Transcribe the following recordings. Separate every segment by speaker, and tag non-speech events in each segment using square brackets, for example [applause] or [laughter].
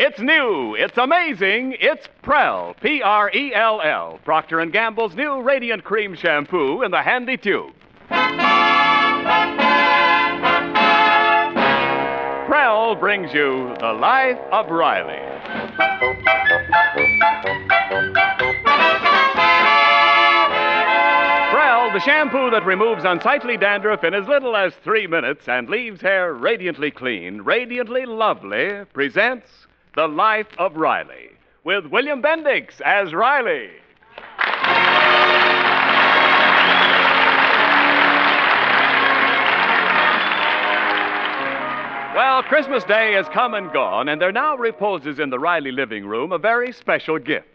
Speaker 1: It's new, it's amazing, it's Prell, P R E L L, Procter and Gamble's new Radiant Cream shampoo in the handy tube. Prell brings you the life of Riley. Prell, the shampoo that removes unsightly dandruff in as little as three minutes and leaves hair radiantly clean, radiantly lovely, presents The Life of Riley with William Bendix as Riley. Well, Christmas Day has come and gone, and there now reposes in the Riley living room a very special gift.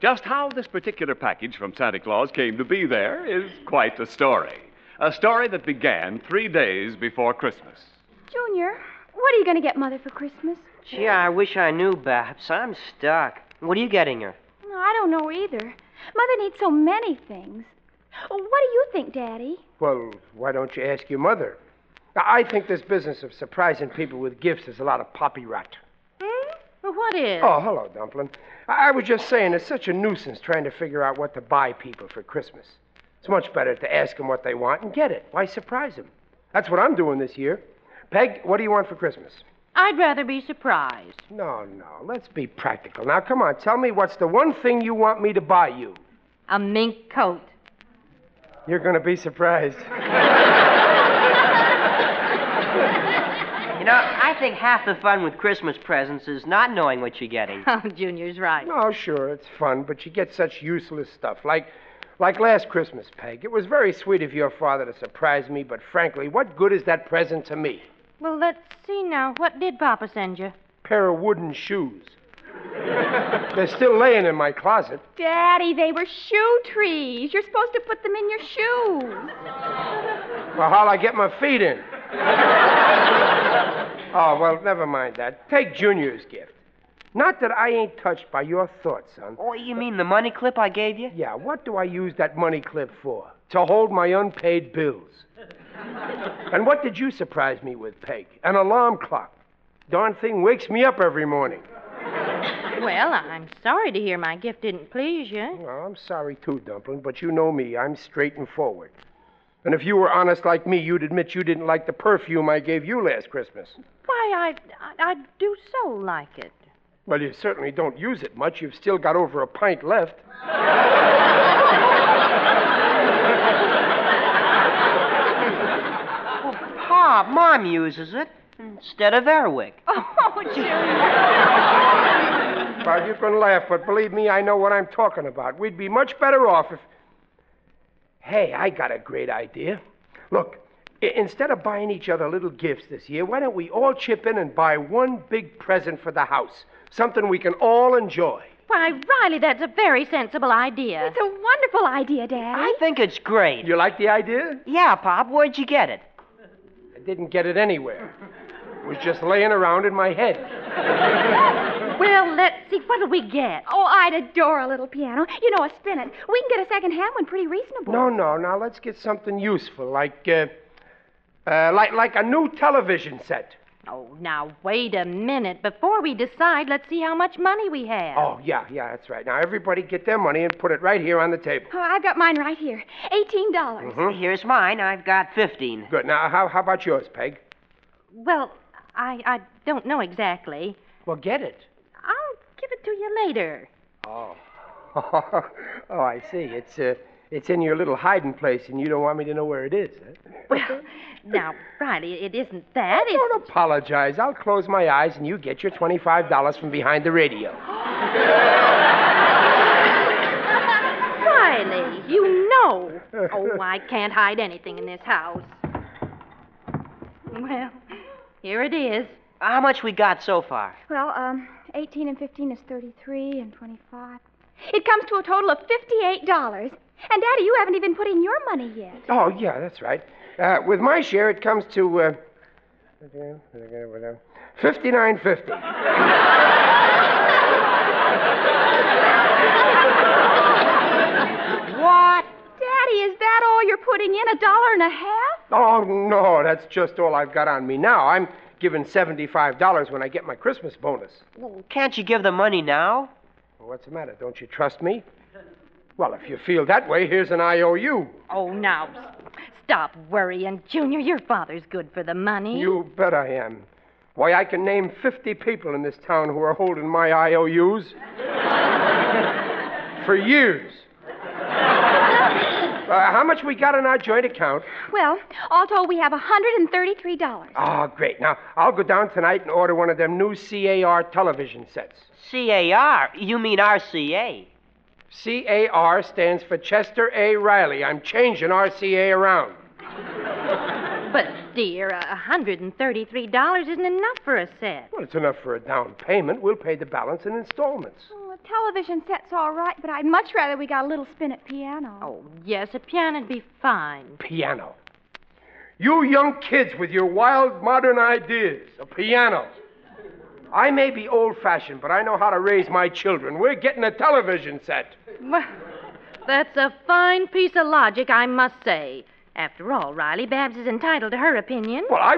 Speaker 1: Just how this particular package from Santa Claus came to be there is quite a story. A story that began three days before Christmas.
Speaker 2: Junior, what are you going to get Mother for Christmas?
Speaker 3: Gee, I wish I knew, Babs. I'm stuck. What are you getting her?
Speaker 2: No, I don't know either. Mother needs so many things. What do you think, Daddy?
Speaker 4: Well, why don't you ask your mother? I I think this business of surprising people with gifts is a lot of poppy rot.
Speaker 5: Well, what is?
Speaker 4: Oh, hello, Dumpling. I, I was just saying it's such a nuisance trying to figure out what to buy people for Christmas. It's much better to ask them what they want and get it. Why surprise them? That's what I'm doing this year. Peg, what do you want for Christmas?
Speaker 5: I'd rather be surprised.
Speaker 4: No, no, let's be practical. Now, come on, tell me what's the one thing you want me to buy you?
Speaker 5: A mink coat. [laughs]
Speaker 4: You're going to be surprised.
Speaker 3: You know, I think half the fun with Christmas presents is not knowing what you're
Speaker 4: [laughs]
Speaker 3: getting.
Speaker 5: Oh, Junior's right.
Speaker 4: Oh, sure, it's fun, but you get such useless stuff. Like, like last Christmas, Peg. It was very sweet of your father to surprise me, but frankly, what good is that present to me?
Speaker 5: Well, let's see now. What did Papa send you?
Speaker 4: Pair of wooden shoes. [laughs] They're still laying in my closet.
Speaker 2: Daddy, they were shoe trees. You're supposed to put them in your shoes.
Speaker 4: Well, how'll I get my feet in? [laughs] oh, well, never mind that. Take Junior's gift. Not that I ain't touched by your thoughts, son.
Speaker 3: Oh, you mean the money clip I gave you?
Speaker 4: Yeah, what do I use that money clip for? To hold my unpaid bills. and what did you surprise me with, Peg? An alarm clock. Darn thing wakes me up every morning.
Speaker 5: [laughs] Well, I'm sorry to hear my gift didn't please you.
Speaker 4: Well, I'm sorry too, Dumpling, but you know me. I'm straight and forward. And if you were honest like me, you'd admit you didn't like the perfume I gave you last Christmas.
Speaker 5: Why, I, I, I do so like it.
Speaker 4: Well, you certainly don't use it much. You've still got over a pint left.
Speaker 3: Pa, Mom uses it instead of Airwick.
Speaker 2: [laughs] Oh, Junior.
Speaker 4: Well, you can laugh, but believe me, I know what I'm talking about. We'd be much better off if. Hey, I got a great idea. Look, i- instead of buying each other little gifts this year, why don't we all chip in and buy one big present for the house? Something we can all enjoy.
Speaker 5: Why, Riley, that's a very sensible idea.
Speaker 2: It's a wonderful idea, Daddy.
Speaker 3: I think it's great.
Speaker 4: You like the idea?
Speaker 3: Yeah, Pop, where'd you get it?
Speaker 4: I didn't get it anywhere. It was just laying around in my head.
Speaker 5: Well, let's see. What'll we get?
Speaker 2: Oh, I'd adore a little piano. You know, a spinet. We can get a second-hand one pretty reasonable.
Speaker 4: No, no, now let's get something useful, like, uh, uh, like, like a new television set.
Speaker 5: Oh, now, wait a minute. Before we decide, let's see how much money we have.
Speaker 4: Oh, yeah, yeah, that's right. Now, everybody get their money and put it right here on the table.
Speaker 2: Oh, I've got mine right here. Eighteen dollars.
Speaker 4: Mm-hmm.
Speaker 3: Here's mine. I've got 15.
Speaker 4: Good. Now, how, how about yours, Peg?
Speaker 5: Well, I, I don't know exactly.
Speaker 4: Well, get it.
Speaker 5: I'll give it to you later.
Speaker 4: Oh. [laughs] oh, I see. It's, uh, it's in your little hiding place, and you don't want me to know where it is. Huh?
Speaker 5: Well, now, Riley, it isn't that. It's...
Speaker 4: Don't apologize. I'll close my eyes, and you get your $25 from behind the radio.
Speaker 5: Riley, you know No. Oh, I can't hide anything in this house. Well, here it is.
Speaker 3: How much we got so far?
Speaker 2: Well, um, 18 and 15 is 33 and 25. It comes to a total of $58. And, Daddy, you haven't even put in your money yet.
Speaker 4: Oh, yeah, that's right. Uh, with my share, it comes to uh, 59.50.
Speaker 3: What?
Speaker 2: Daddy, is that all you're putting in? A dollar and a half?
Speaker 4: Oh, no, that's just all I've got on me now. I'm given $75 when I get my Christmas bonus.
Speaker 3: Can't you give the money now?
Speaker 4: Well, what's the matter? Don't you trust me? Well, if you feel that way, here's an IOU.
Speaker 5: Oh, now, s- stop worrying, Junior. Your father's good for the money.
Speaker 4: You bet I am. Why, I can name 50 people in this town who are holding my IOUs. [laughs] For years. Uh, how much we got in our joint account?
Speaker 2: Well, all told, we have $133.
Speaker 4: Ah, great. Now, I'll go down tonight and order one of them new CAR television sets.
Speaker 3: CAR? You mean RCA?
Speaker 4: CAR stands for Chester A. Riley. I'm changing RCA around.
Speaker 5: But, dear, a $133 isn't enough for a set.
Speaker 4: Well, it's enough for a down payment. We'll pay the balance in installments.
Speaker 2: Oh, a television set's all right, but I'd much rather we got a little spin at piano.
Speaker 5: Oh, yes, a piano'd be fine.
Speaker 4: Piano. You young kids with your wild modern ideas. A piano. I may be old fashioned, but I know how to raise my children. We're getting a television set.
Speaker 5: Well, that's a fine piece of logic, I must say. After all, Riley, Babs is entitled to her opinion.
Speaker 4: Well, I.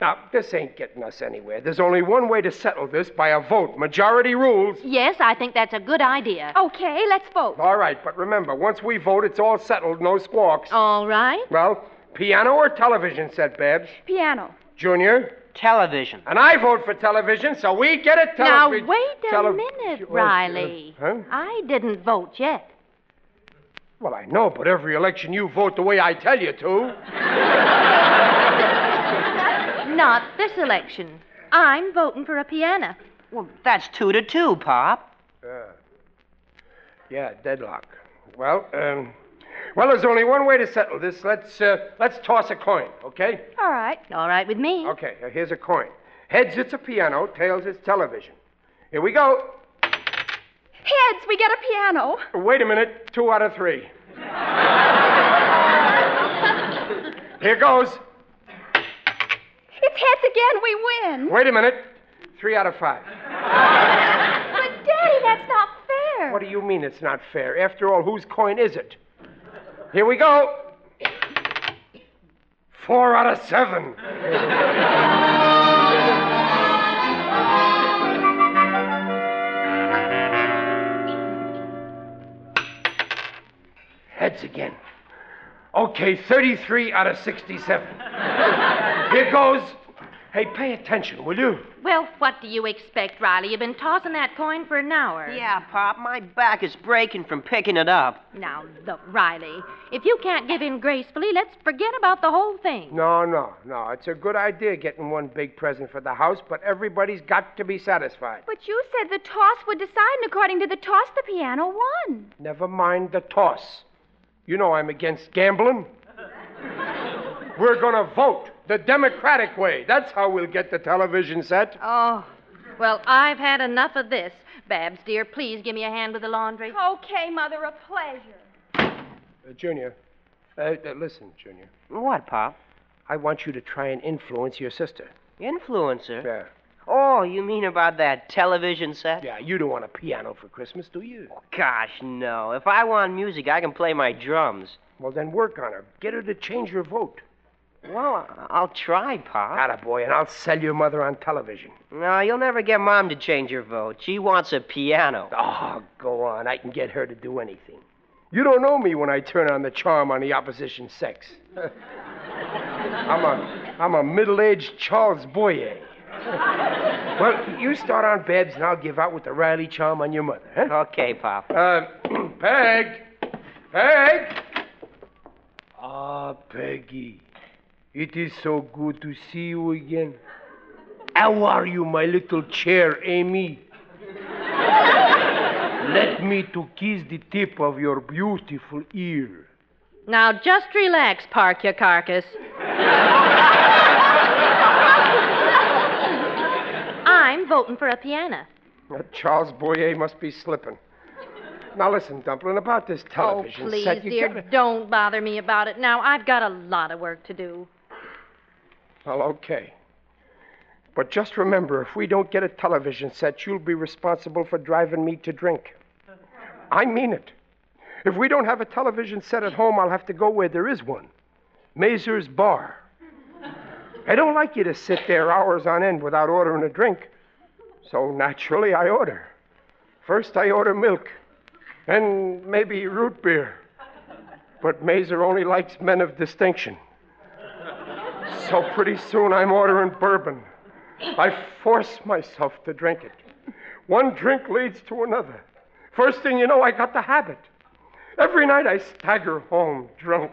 Speaker 4: Now, this ain't getting us anywhere. There's only one way to settle this by a vote. Majority rules.
Speaker 5: Yes, I think that's a good idea.
Speaker 2: Okay, let's vote.
Speaker 4: All right, but remember, once we vote, it's all settled, no squawks.
Speaker 5: All right.
Speaker 4: Well, piano or television set, Babs?
Speaker 2: Piano.
Speaker 4: Junior?
Speaker 3: Television.
Speaker 4: And I vote for television, so we get a
Speaker 5: Now,
Speaker 4: television.
Speaker 5: wait a
Speaker 2: uh,
Speaker 5: minute, Riley.
Speaker 4: uh, huh?
Speaker 5: I didn't vote yet.
Speaker 4: Well, I know, but every election you vote the way I tell you to.
Speaker 5: Not this election. I'm voting for a piano.
Speaker 3: Well, that's two to two, Pop.
Speaker 4: Yeah, deadlock. Well, um, well, there's only one way to settle this. Let's uh, let's toss a coin, okay?
Speaker 2: All right.
Speaker 5: All right with me.
Speaker 4: Okay, uh, here's a coin. Heads, it's a piano. Tails, it's television. Here we go.
Speaker 2: Heads, we get a piano.
Speaker 4: Wait a minute. Two out of
Speaker 5: [laughs]
Speaker 4: three. Here goes.
Speaker 2: It's heads again, we win.
Speaker 4: Wait a minute. Three out of five.
Speaker 2: But, Daddy, that's not fair.
Speaker 4: What do you mean it's not fair? After all, whose coin is it? Here we go. Four out of seven. Heads again. Okay, 33 out of 67. Here goes. Hey, pay attention, will you?
Speaker 5: Well, what do you expect, Riley? You've been tossing that coin for an hour.
Speaker 3: Yeah, Pop, my back is breaking from picking it up.
Speaker 5: Now, look, Riley, if you can't give in gracefully, let's forget about the whole thing.
Speaker 4: No, no, no. It's a good idea getting one big present for the house, but everybody's got to be satisfied.
Speaker 2: But you said the toss would decide, and according to the toss, the piano won.
Speaker 4: Never mind the toss. You know I'm against gambling. We're gonna vote the democratic way. That's how we'll get the television set.
Speaker 5: Oh, well, I've had enough of this. Babs, dear, please give me a hand with the laundry.
Speaker 2: Okay, Mother, a pleasure.
Speaker 4: Uh, Junior, uh, uh, listen, Junior.
Speaker 3: What, Pop?
Speaker 4: I want you to try and influence your sister.
Speaker 3: Influencer?
Speaker 4: Yeah.
Speaker 3: Oh, you mean about that television set?
Speaker 4: Yeah, you don't want a piano for Christmas, do you?
Speaker 3: Gosh, no. If I want music, I can play my drums.
Speaker 4: Well, then work on her. Get her to change her vote.
Speaker 3: Well, I- I'll try, Pop.
Speaker 4: Atta boy, and I'll sell your mother on television.
Speaker 3: No, you'll never get Mom to change her vote. She wants a piano.
Speaker 4: Oh, go on. I can get her to do anything. You don't know me when I turn on the charm on the opposition sex. I'm a, I'm a middle-aged Charles Boyer. well, you start on Babs, and I'll give out with the Riley charm on your mother, huh?
Speaker 3: Okay, Pop.
Speaker 4: Uh, [clears throat] Peg, Peg. Ah, Peggy, it is so good to see you again. How are you, my little chair, Amy? Let me to kiss the tip of your beautiful ear.
Speaker 5: Now just relax, Park, your carcass. I'm voting for a piano.
Speaker 4: Now, Uh, Charles Boyer must be slipping. Now listen, Dumplin, about this
Speaker 5: Oh,
Speaker 4: television
Speaker 5: please,
Speaker 4: set, you
Speaker 5: dear,
Speaker 4: gotta-
Speaker 5: don't bother me about it now. I've got a lot of work to do.
Speaker 4: Well, okay. But just remember, if we don't get a television set, you'll be responsible for driving me to drink. I mean it. If we don't have a television set at home, I'll have to go where there is one Mazer's Bar. I don't like you to sit there hours on end without ordering a drink. So naturally, I order. First, I order milk, then maybe root beer. But Mazer only likes men of distinction. So pretty soon I'm ordering bourbon. I force myself to drink it. One drink leads to another. First thing you know, I got the habit. Every night I stagger home drunk.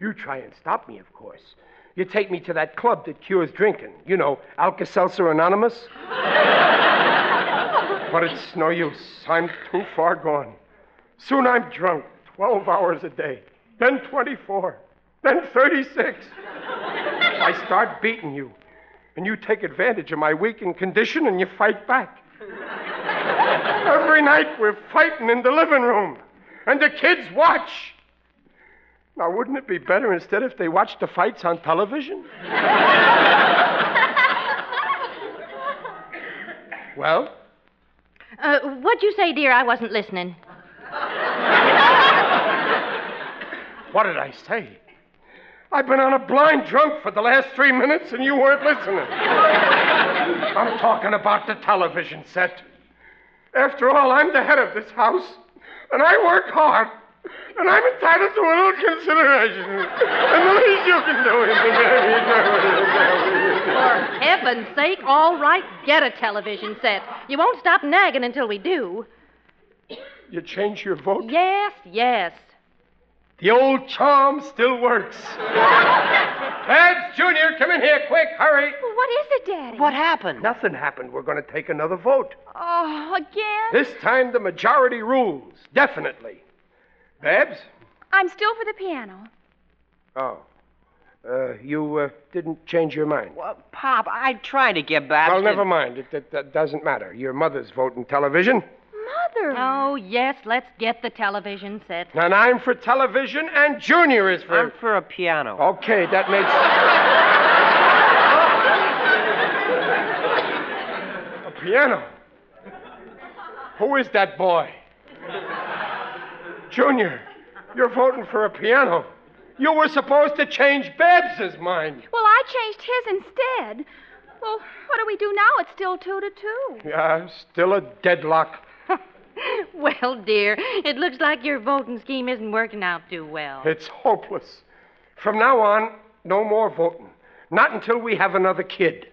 Speaker 4: You try and stop me, of course. You take me to that club that cures drinking. You know, Alka Seltzer Anonymous. but it's no use. I'm too far gone. Soon I'm drunk 12 hours a day, then 24, then 36. I start beating you, and you take advantage of my weakened condition and you fight back. Every night we're fighting in the living room, and the kids watch. Now, wouldn't it be better instead if they watched the fights on television? well,
Speaker 5: Uh, what'd you say, dear? I wasn't listening.
Speaker 4: what did I say? I've been on a blind drunk for the last three minutes, and you weren't listening. I'm talking about the television set. After all, I'm the head of this house, and I work hard, and I'm entitled to a little consideration. And the least you can do is to give me
Speaker 5: For
Speaker 4: something.
Speaker 5: heaven's sake, all right, get a television set. You won't stop nagging until we do.
Speaker 4: You change your vote?
Speaker 5: Yes, yes.
Speaker 4: The old charm still works. Babs, Junior, come in here quick, hurry.
Speaker 2: Well, what is it, Daddy?
Speaker 3: What happened?
Speaker 4: Nothing happened. We're going to take another vote.
Speaker 2: Oh, again?
Speaker 4: This time the majority rules, definitely. Babs?
Speaker 2: I'm still for the piano.
Speaker 4: Oh. Uh, you uh, didn't change your mind.
Speaker 3: Well, uh, Pop, I tried to get back.
Speaker 4: Well,
Speaker 3: to-
Speaker 4: never mind. It, it, that doesn't matter. Your mother's voting television.
Speaker 2: Mother.
Speaker 5: Oh, yes, let's get the television set. [laughs]
Speaker 4: And I'm for television, and Junior is for.
Speaker 3: I'm for a piano.
Speaker 4: Okay, that makes. A piano. Who is that boy? Junior, you're voting for a piano. You were supposed to change Babs's mind.
Speaker 2: Well, I changed his instead. Well, what do we do now? It's still two to two.
Speaker 4: Yeah, still a deadlock.
Speaker 5: well, dear, it looks like your voting scheme isn't working out too well.
Speaker 4: It's hopeless. From now on, no more voting. Not until we have another kid.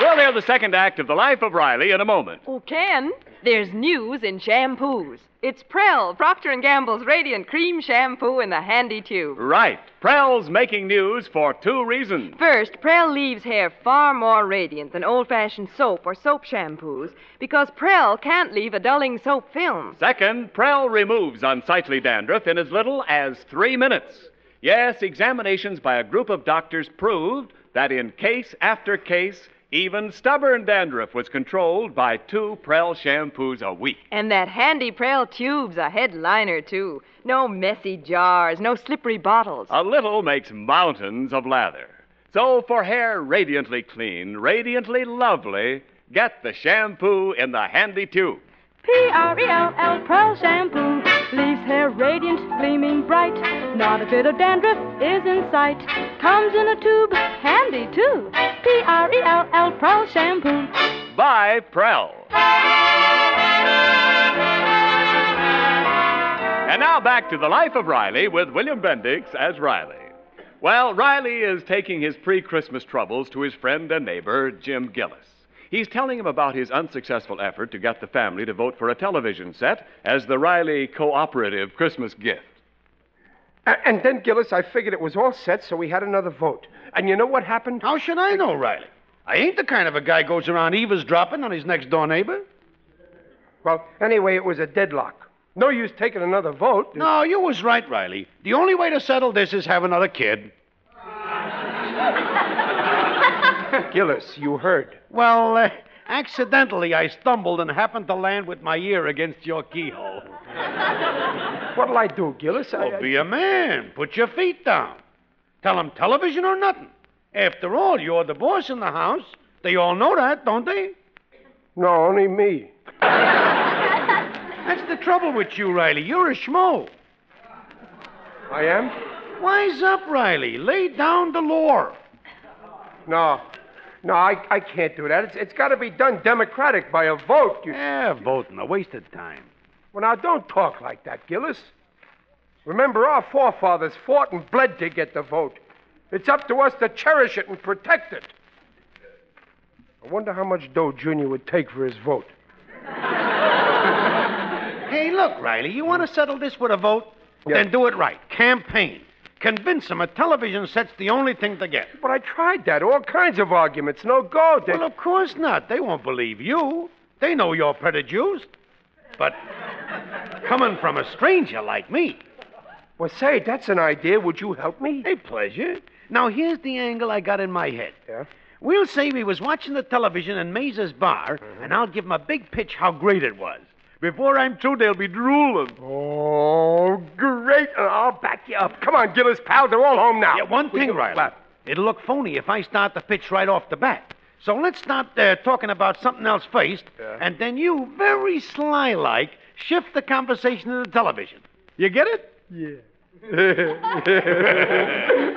Speaker 1: We'll hear the second act of The Life of Riley in a moment.
Speaker 6: Oh, Ken, there's news in shampoos. It's Prel, Procter & Gamble's Radiant Cream Shampoo in the handy tube.
Speaker 1: Right. Prell's making news for two reasons.
Speaker 6: First, Prel leaves hair far more radiant than old-fashioned soap or soap shampoos because Prel can't leave a dulling soap film.
Speaker 1: Second, Prell removes unsightly dandruff in as little as three minutes. Yes, examinations by a group of doctors proved that in case after case, even stubborn dandruff was controlled by two Prell shampoos a week.
Speaker 6: And that handy Prel tube's a headliner, too. No messy jars, no slippery bottles.
Speaker 1: A little makes mountains of lather. So for hair radiantly clean, radiantly lovely, get the shampoo in the handy tube.
Speaker 6: P-R-E-L-L, E Pearl Shampoo leaves hair radiant, gleaming bright. Not a bit of dandruff is in sight. Comes in a tube, handy too. P-R-E-L-L, Pearl Shampoo.
Speaker 1: by Prell. And now back to the life of Riley with William Bendix as Riley. Well, Riley is taking his pre Christmas troubles to his friend and neighbor, Jim Gillis. He's telling him about his unsuccessful effort to get the family to vote for a television set as the Riley cooperative Christmas gift.
Speaker 4: A- And then, Gillis, I figured it was all set, so we had another vote. And you know what happened?
Speaker 7: How should I know, Riley? I ain't the kind of a guy goes around eavesdropping on his next door neighbor.
Speaker 4: Well, anyway, it was a deadlock. No use taking another vote.
Speaker 7: No, you was right, Riley. The only way to settle this is have another kid.
Speaker 4: Gillis, you heard.
Speaker 7: Well, uh, accidentally, I stumbled and happened to land with my ear against your keyhole.
Speaker 4: What'll I do, Gillis? I,
Speaker 7: Well, Oh, be a man. Put your feet down. Tell 'em television or nothing. After all, you're the boss in the house. They all know that, don't they?
Speaker 4: No, only me.
Speaker 7: That's the trouble with you, Riley. You're a schmo.
Speaker 4: I am?
Speaker 7: Wise up, Riley. Lay down the lore.
Speaker 4: No. No, I, I can't do that. It's, it's got to be done democratic by a vote. You...
Speaker 7: Yeah, voting, a waste of time.
Speaker 4: Well, now, don't talk like that, Gillis. Remember, our forefathers fought and bled to get the vote. It's up to us to cherish it and protect it. I wonder how much dough Junior would take for his vote.
Speaker 7: Hey, look, Riley, you want to settle this with a vote?
Speaker 4: Yeah.
Speaker 7: Then do it right. Campaign. Convince 'em a television set's the only thing to get.
Speaker 4: But I tried that. All kinds of arguments. No go, Dick.
Speaker 7: Well, of course not. They won't believe you. They know you're prejudiced. But coming from a stranger like me,
Speaker 4: Well, say, that's an idea. Would you help me?
Speaker 7: hey, pleasure. Now, here's the angle I got in my head.
Speaker 4: Yeah.
Speaker 7: We'll say we was watching the television in Maze's bar,
Speaker 4: Mm-hmm.
Speaker 7: and I'll give 'em a big pitch how great it was. Before I'm through, they'll be drooling.
Speaker 4: Oh, great. I'll back you up. Come on, Gillis, pal. They're all home now.
Speaker 7: Yeah, one
Speaker 4: We
Speaker 7: thing,
Speaker 4: can-
Speaker 7: Riley.
Speaker 4: Well,
Speaker 7: It'll look phony if I start the pitch right off the bat. So let's start uh, talking about something else first,
Speaker 4: Yeah.
Speaker 7: and then you, very sly like, shift the conversation to the television. You get it?
Speaker 4: [laughs]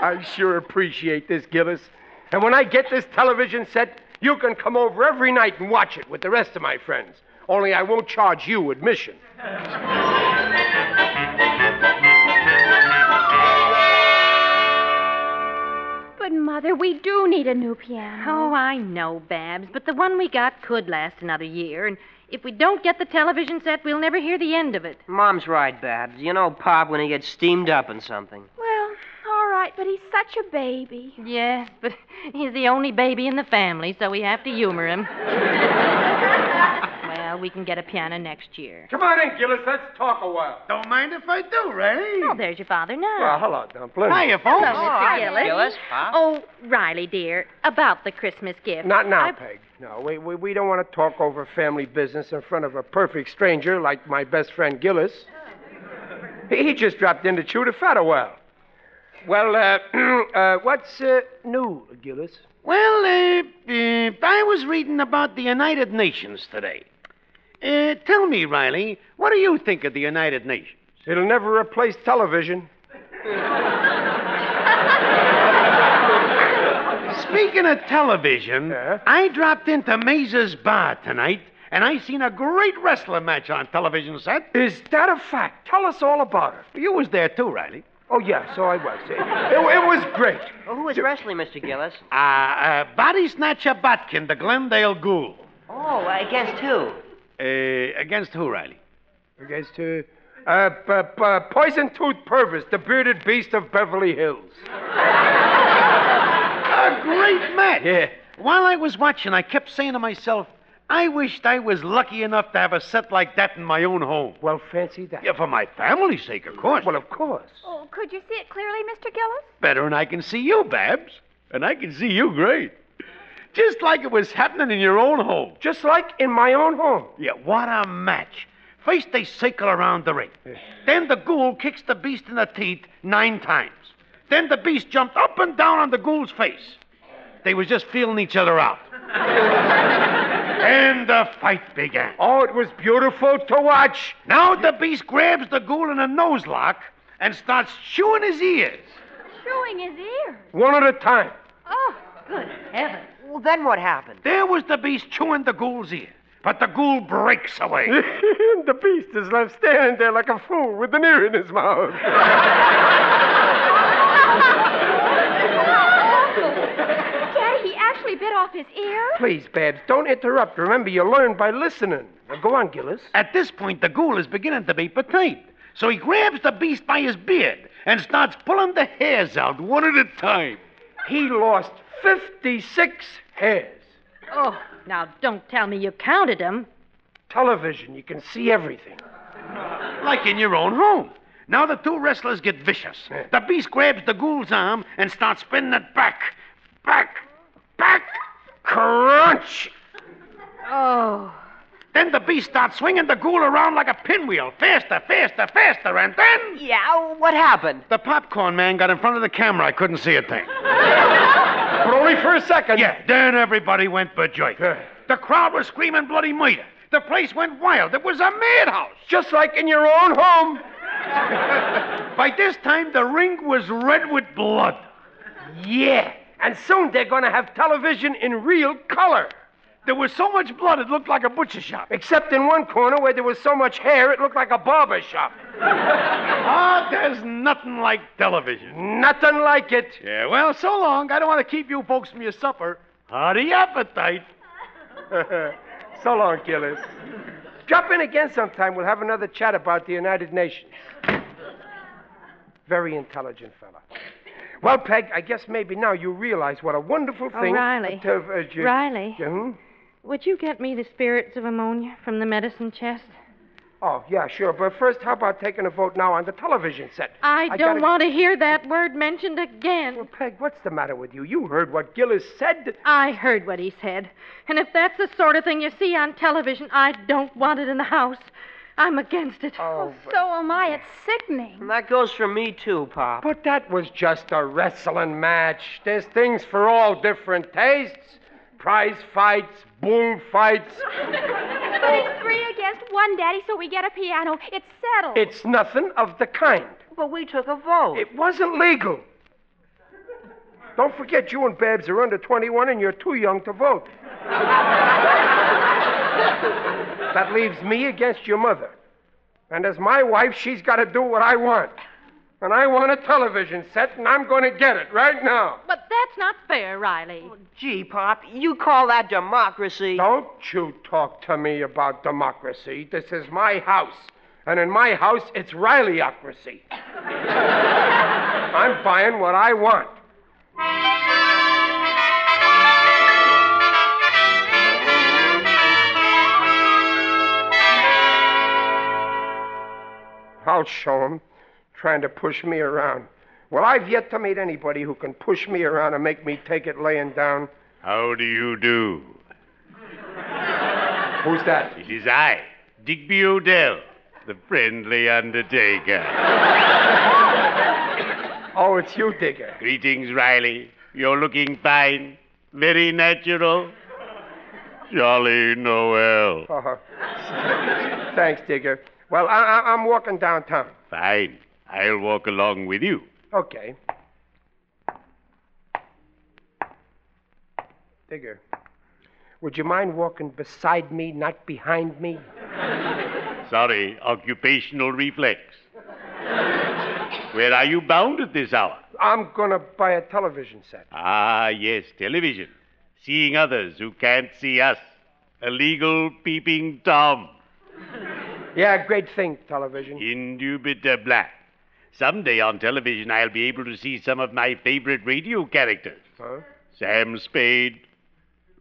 Speaker 4: I sure appreciate this, Gillis. And when I get this television set, you can come over every night and watch it with the rest of my friends. Only I won't charge you admission.
Speaker 2: But, Mother, we do need a new piano.
Speaker 5: Oh, I know, Babs, but the one we got could last another year, and if we don't get the television set, we'll never hear the end of it.
Speaker 3: Mom's right, Babs. You know Pop when he gets steamed up in something.
Speaker 2: Well, all right, but he's such a baby.
Speaker 5: Yes, but he's the only baby in the family, so we have to humor him. [laughs] well, we can get a piano next year.
Speaker 4: Come on in, Gillis. Let's talk a while.
Speaker 7: Don't mind if I do, Riley.
Speaker 5: Oh, there's your father
Speaker 4: Well,
Speaker 5: now.
Speaker 4: hello, Dumpling.
Speaker 7: Hiya, folks.
Speaker 5: Hello, Mr. Gillis.
Speaker 3: Gillis, Pop.
Speaker 5: Oh, Riley, dear, about the Christmas gift.
Speaker 4: Not now,
Speaker 5: I-
Speaker 4: Peg. No, we, we, we don't want to talk over family business in front of a perfect stranger like my best friend Gillis. he he just dropped in to chew the fat a while. Well, uh, [clears throat] uh, what's uh, new, Gillis?
Speaker 7: Well, uh, uh, I was reading about the United Nations today. Uh, tell me, Riley, what do you think of the United Nations?
Speaker 4: It'll never replace television.
Speaker 7: Speaking of television,
Speaker 4: Yeah?
Speaker 7: I dropped into Maze's bar tonight, and I seen a great wrestling match on television set.
Speaker 4: Is that a fact? Tell us all about it.
Speaker 7: You was there too, Riley.
Speaker 4: Oh, yeah, so I was. It, it- it was great.
Speaker 3: Oh, who is wrestling, Mr. Gillis?
Speaker 7: Uh, uh body snatcher Botkin, the Glendale Ghoul.
Speaker 3: Oh, against who?
Speaker 7: Uh, against who, Riley?
Speaker 4: Against uh, uh, p- p- Poison Tooth Purvis, the bearded beast of Beverly Hills.
Speaker 7: A great match.
Speaker 4: Yeah.
Speaker 7: While I was watching, I kept saying to myself, I wished I was lucky enough to have a set like that in my own home.
Speaker 4: Well, fancy that.
Speaker 7: Yeah, for my family's sake, of course.
Speaker 4: Well, of course.
Speaker 2: Oh, could you see it clearly, Mr. Gillis?
Speaker 7: better than I can see you, Babs. And I can see you great. Just like it was happening in your own home.
Speaker 4: Just like in my own home.
Speaker 7: Yeah, what a match. First they circle around the ring. Then the ghoul kicks the beast in the teeth nine times. Then the beast jumped up and down on the ghoul's face. They was just feeling each other out. and the fight began.
Speaker 4: Oh, it was beautiful to watch.
Speaker 7: Now the beast grabs the ghoul in a nose lock and starts chewing his ears.
Speaker 2: Chewing his ears.
Speaker 4: One at a time.
Speaker 2: Oh,
Speaker 5: Good heavens.
Speaker 3: Well, then what happened?
Speaker 7: There was the beast chewing the ghoul's ear, but the ghoul breaks away.
Speaker 4: [laughs] the beast is left standing there like a fool with an ear in his mouth.
Speaker 2: Daddy, he actually bit off his ear?
Speaker 4: Please, Babs, don't interrupt. Remember, you learn by listening. Now, go on, Gillis.
Speaker 7: At this point, the ghoul is beginning to be fatigued, So he grabs the beast by his beard and starts pulling the hairs out one at a time.
Speaker 4: He lost 56 hairs.
Speaker 5: Oh, now don't tell me you counted them.
Speaker 4: Television, you can see everything.
Speaker 7: Like in your own home. Now the two wrestlers get vicious. The beast grabs the ghoul's arm and starts spinning it back, back, back, crunch.
Speaker 5: Oh.
Speaker 7: Then the beast starts swinging the ghoul around like a pinwheel, faster, faster, faster, and then.
Speaker 3: Yeah, what happened?
Speaker 7: The popcorn man got in front of the camera. I couldn't see a thing.
Speaker 4: But only for a second.
Speaker 7: Yeah, then everybody went berserk. The crowd was screaming bloody murder. The place went wild. It was a madhouse.
Speaker 4: Just like in your own home.
Speaker 7: [laughs] By this time, the ring was red with blood.
Speaker 4: Yeah. And soon they're going to have television in real color.
Speaker 7: There was so much blood, it looked like a butcher shop.
Speaker 4: Except in one corner where there was so much hair, it looked like a barber shop.
Speaker 7: Ah, there's nothing like television.
Speaker 4: Nothing like it.
Speaker 7: Yeah, well, so long. I don't want to keep you folks from your supper. Hearty appetite.
Speaker 4: [laughs] So long, killers. Drop in again sometime. We'll have another chat about the United Nations. Very intelligent fella. Well, Peg, I guess maybe now you realize what a wonderful
Speaker 5: Oh,
Speaker 4: thing.
Speaker 5: Riley.
Speaker 4: Uh, uh, j-
Speaker 5: Riley,
Speaker 4: Hmm?
Speaker 5: would you get me the spirits of ammonia from the medicine chest?
Speaker 4: Oh, yeah, sure. But first, how about taking a vote now on the television set?
Speaker 5: I,
Speaker 4: I gotta-
Speaker 5: don't want to hear that word mentioned again.
Speaker 4: Well, Peg, what's the matter with you? You heard what Gillis said.
Speaker 5: I heard what he said. And if that's the sort of thing you see on television, I don't want it in the house. I'm against it.
Speaker 4: Oh, but,
Speaker 2: So am I. It's sickening. [laughs]
Speaker 3: And that goes for me, too, Pop.
Speaker 4: but that was just a wrestling match. There's things for all different tastes prize fights, bull fights.
Speaker 2: But it's three against one, Daddy, so we get a piano. It's settled.
Speaker 4: It's nothing of the kind.
Speaker 3: But we took a vote.
Speaker 4: It wasn't legal. Don't forget, you and Babs are under 21 and you're too young to vote. that leaves me against your mother. And as my wife, she's got to do what I want. And I want a television set, and I'm going to get it right now.
Speaker 5: But that's not fair, Riley.
Speaker 3: Gee, Pop, you call that democracy?
Speaker 4: Don't you talk to me about democracy. This is my house. And in my house, it's Rileyocracy. I'm buying what I want. I'll show 'em, Trying to push me around. Well, I've yet to meet anybody who can push me around and make me take it laying down.
Speaker 7: How do you do?
Speaker 4: Who's that?
Speaker 7: It is I, Digby Odell, the friendly undertaker.
Speaker 4: Oh, it's you, Digger.
Speaker 7: Greetings, Riley. You're looking fine. Very natural. Jolly Noel.
Speaker 4: Uh-huh. Thanks, Digger. Well, I, I, I'm walking downtown.
Speaker 7: Fine. I'll walk along with you.
Speaker 4: Okay. Digger, would you mind walking beside me, not behind me?
Speaker 7: Sorry, occupational reflex. Where are you bound at this hour?
Speaker 4: I'm gonna buy a television set.
Speaker 7: Ah, yes, television. Seeing others who can't see us. A legal peeping Tom.
Speaker 4: Yeah, great thing, television.
Speaker 7: Indubitable. Someday on television, I'll be able to see some of my favorite radio characters
Speaker 4: Huh?
Speaker 7: Sam Spade,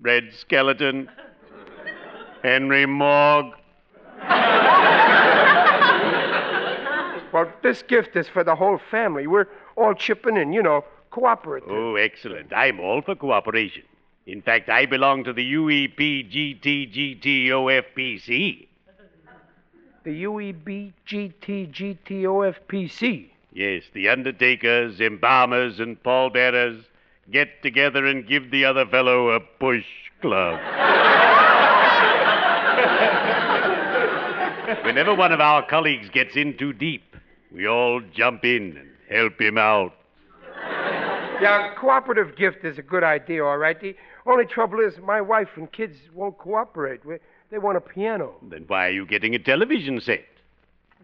Speaker 7: Red Skeleton, Henry Morg.
Speaker 4: Well, this gift is for the whole family. We're all chipping in, you know, cooperative.
Speaker 7: Oh, excellent. I'm all for cooperation. In fact, I belong to the E UEPGTGTOFPC.
Speaker 4: The UEBGTGTOFPC.
Speaker 7: Yes, the undertakers, embalmers, and pallbearers get together and give the other fellow a push club. [laughs] Whenever one of our colleagues gets in too deep, we all jump in and help him out.
Speaker 4: Yeah, cooperative gift is a good idea, all right. The only trouble is my wife and kids won't cooperate. We, they want a piano
Speaker 7: Then why are you getting a television set?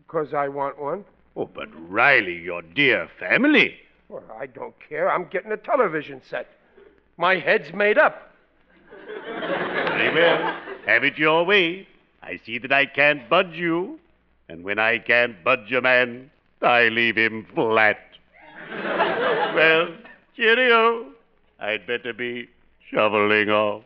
Speaker 4: because I want one.
Speaker 7: Oh, but Riley, your dear family.
Speaker 4: Well, I don't care. I'm getting a television set. My head's made up.
Speaker 7: Very well. Have it your way. I see that I can't budge you. And when I can't budge a man, I leave him
Speaker 1: [laughs]
Speaker 7: flat. well, cheerio. I'd better be shoveling off.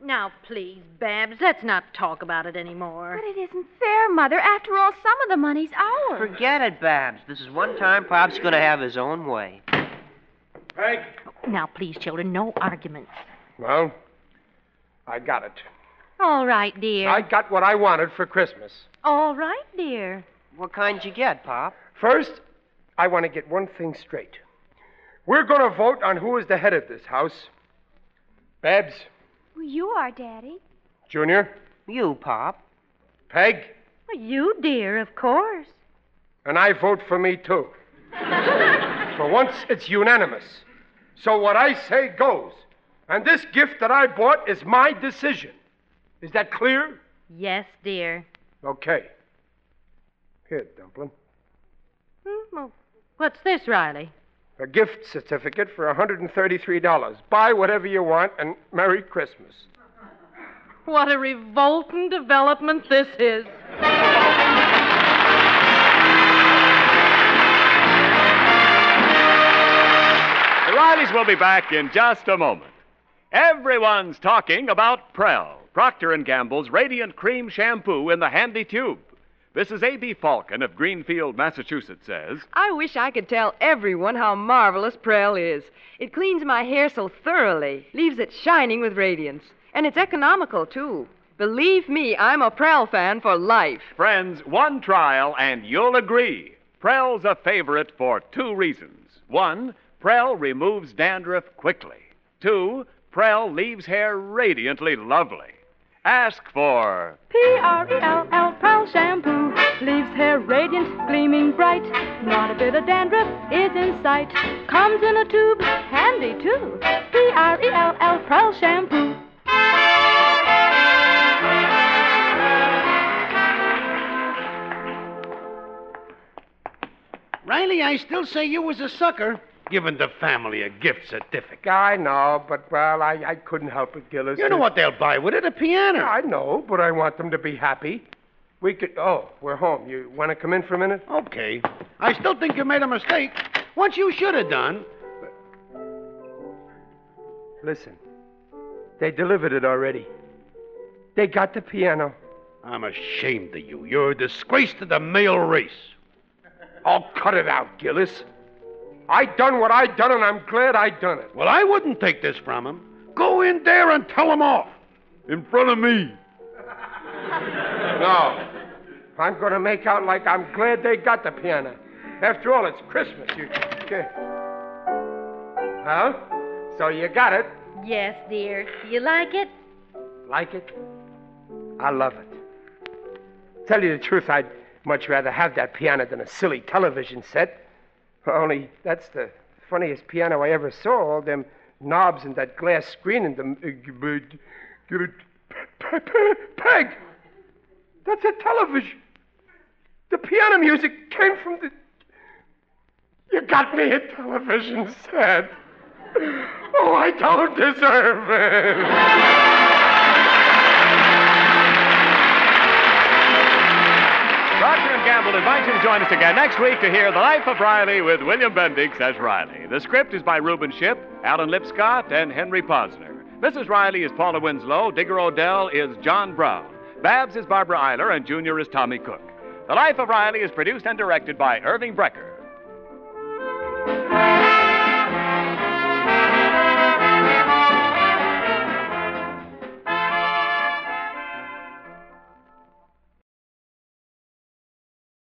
Speaker 5: Now, please, Babs, let's not talk about it anymore.
Speaker 2: But it isn't fair, Mother. After all, some of the money's ours.
Speaker 3: Forget it, Babs. This is one time Pop's gonna have his own way.
Speaker 4: Peg?
Speaker 5: Now, please, children, no arguments.
Speaker 4: Well, I got it.
Speaker 5: All right, dear.
Speaker 4: I got what I wanted for Christmas.
Speaker 5: All right, dear.
Speaker 3: What kind you get, Pop?
Speaker 4: First, I want to get one thing straight. We're going to vote on who is the head of this house. Babs,
Speaker 2: Well, you are, Daddy.
Speaker 4: Junior,
Speaker 3: You, Pop.
Speaker 4: Peg,
Speaker 5: Well, you, dear, of course.
Speaker 4: and I vote for me too. for once, it's unanimous. So what I say goes. And this gift that I bought is my decision. Is that clear?
Speaker 5: Yes, dear.
Speaker 4: Okay. Here, Dumplin.
Speaker 5: Hmm, well, what's this, Riley?
Speaker 4: A gift certificate for $133. Buy whatever you want and Merry Christmas.
Speaker 5: What a revolting development this is.
Speaker 1: The Rileys will be back in just a moment. Everyone's talking about Prel, Procter & Gamble's Radiant Cream Shampoo in the handy tube. This is A.B. Falcon of Greenfield, Massachusetts says,
Speaker 8: I wish I could tell everyone how marvelous Prel is. It cleans my hair so thoroughly, leaves it shining with radiance. And it's economical, too. Believe me, I'm a Prel fan for life.
Speaker 1: Friends, one trial and you'll agree. Prel's a favorite for two reasons. One, Prel removes dandruff quickly. Two, Prel leaves hair radiantly lovely. Ask for
Speaker 6: E P-R-E-L-L, Pearl Shampoo. Leaves hair radiant, gleaming bright. Not a bit of dandruff is in sight. Comes in a tube, handy too. E P-R-E-L-L, Pearl Shampoo.
Speaker 7: Riley, I still say you was a sucker giving the family a gift certificate.
Speaker 4: I know, but well, I, I couldn't help it, Gillis.
Speaker 7: You know what they'll buy with it? A piano.
Speaker 4: I know, but I want them to be happy. We could. Oh, we're home. You want to come in for a minute?
Speaker 7: Okay. I still think you made a mistake. What you should have done.
Speaker 4: Listen, they delivered it already. They got the piano.
Speaker 7: I'm ashamed of you. You're a disgrace to the male race.
Speaker 4: Oh, cut it out, Gillis. I done what I done, and I'm glad I done it.
Speaker 7: Well, I wouldn't take this from him. Go in there and tell him off. In front of me.
Speaker 4: No, I'm going to make out like I'm glad they got the piano. After all, it's Christmas. You. Okay. Huh? So you got it.
Speaker 5: Yes, dear. Do you like it?
Speaker 4: Like it? I love it. Tell you the truth, I'd much rather have that piano than a silly television set. Only that's the funniest piano I ever saw. All them knobs and that glass screen and uh, the. Peg! That's a television! The piano music came from the. You got me a television set! Oh, I don't deserve it!
Speaker 1: Procter & Gamble invites you to join us again next week to hear The Life of Riley with William Bendix as Riley. The script is by Reuben Ship, Alan Lipscott, and Henry Posner. Mrs. Riley is Paula Winslow, Digger Odell is John Brown, Babs is Barbara Eiler, and Junior is Tommy Cook. The Life of Riley is produced and directed by Irving Brecker.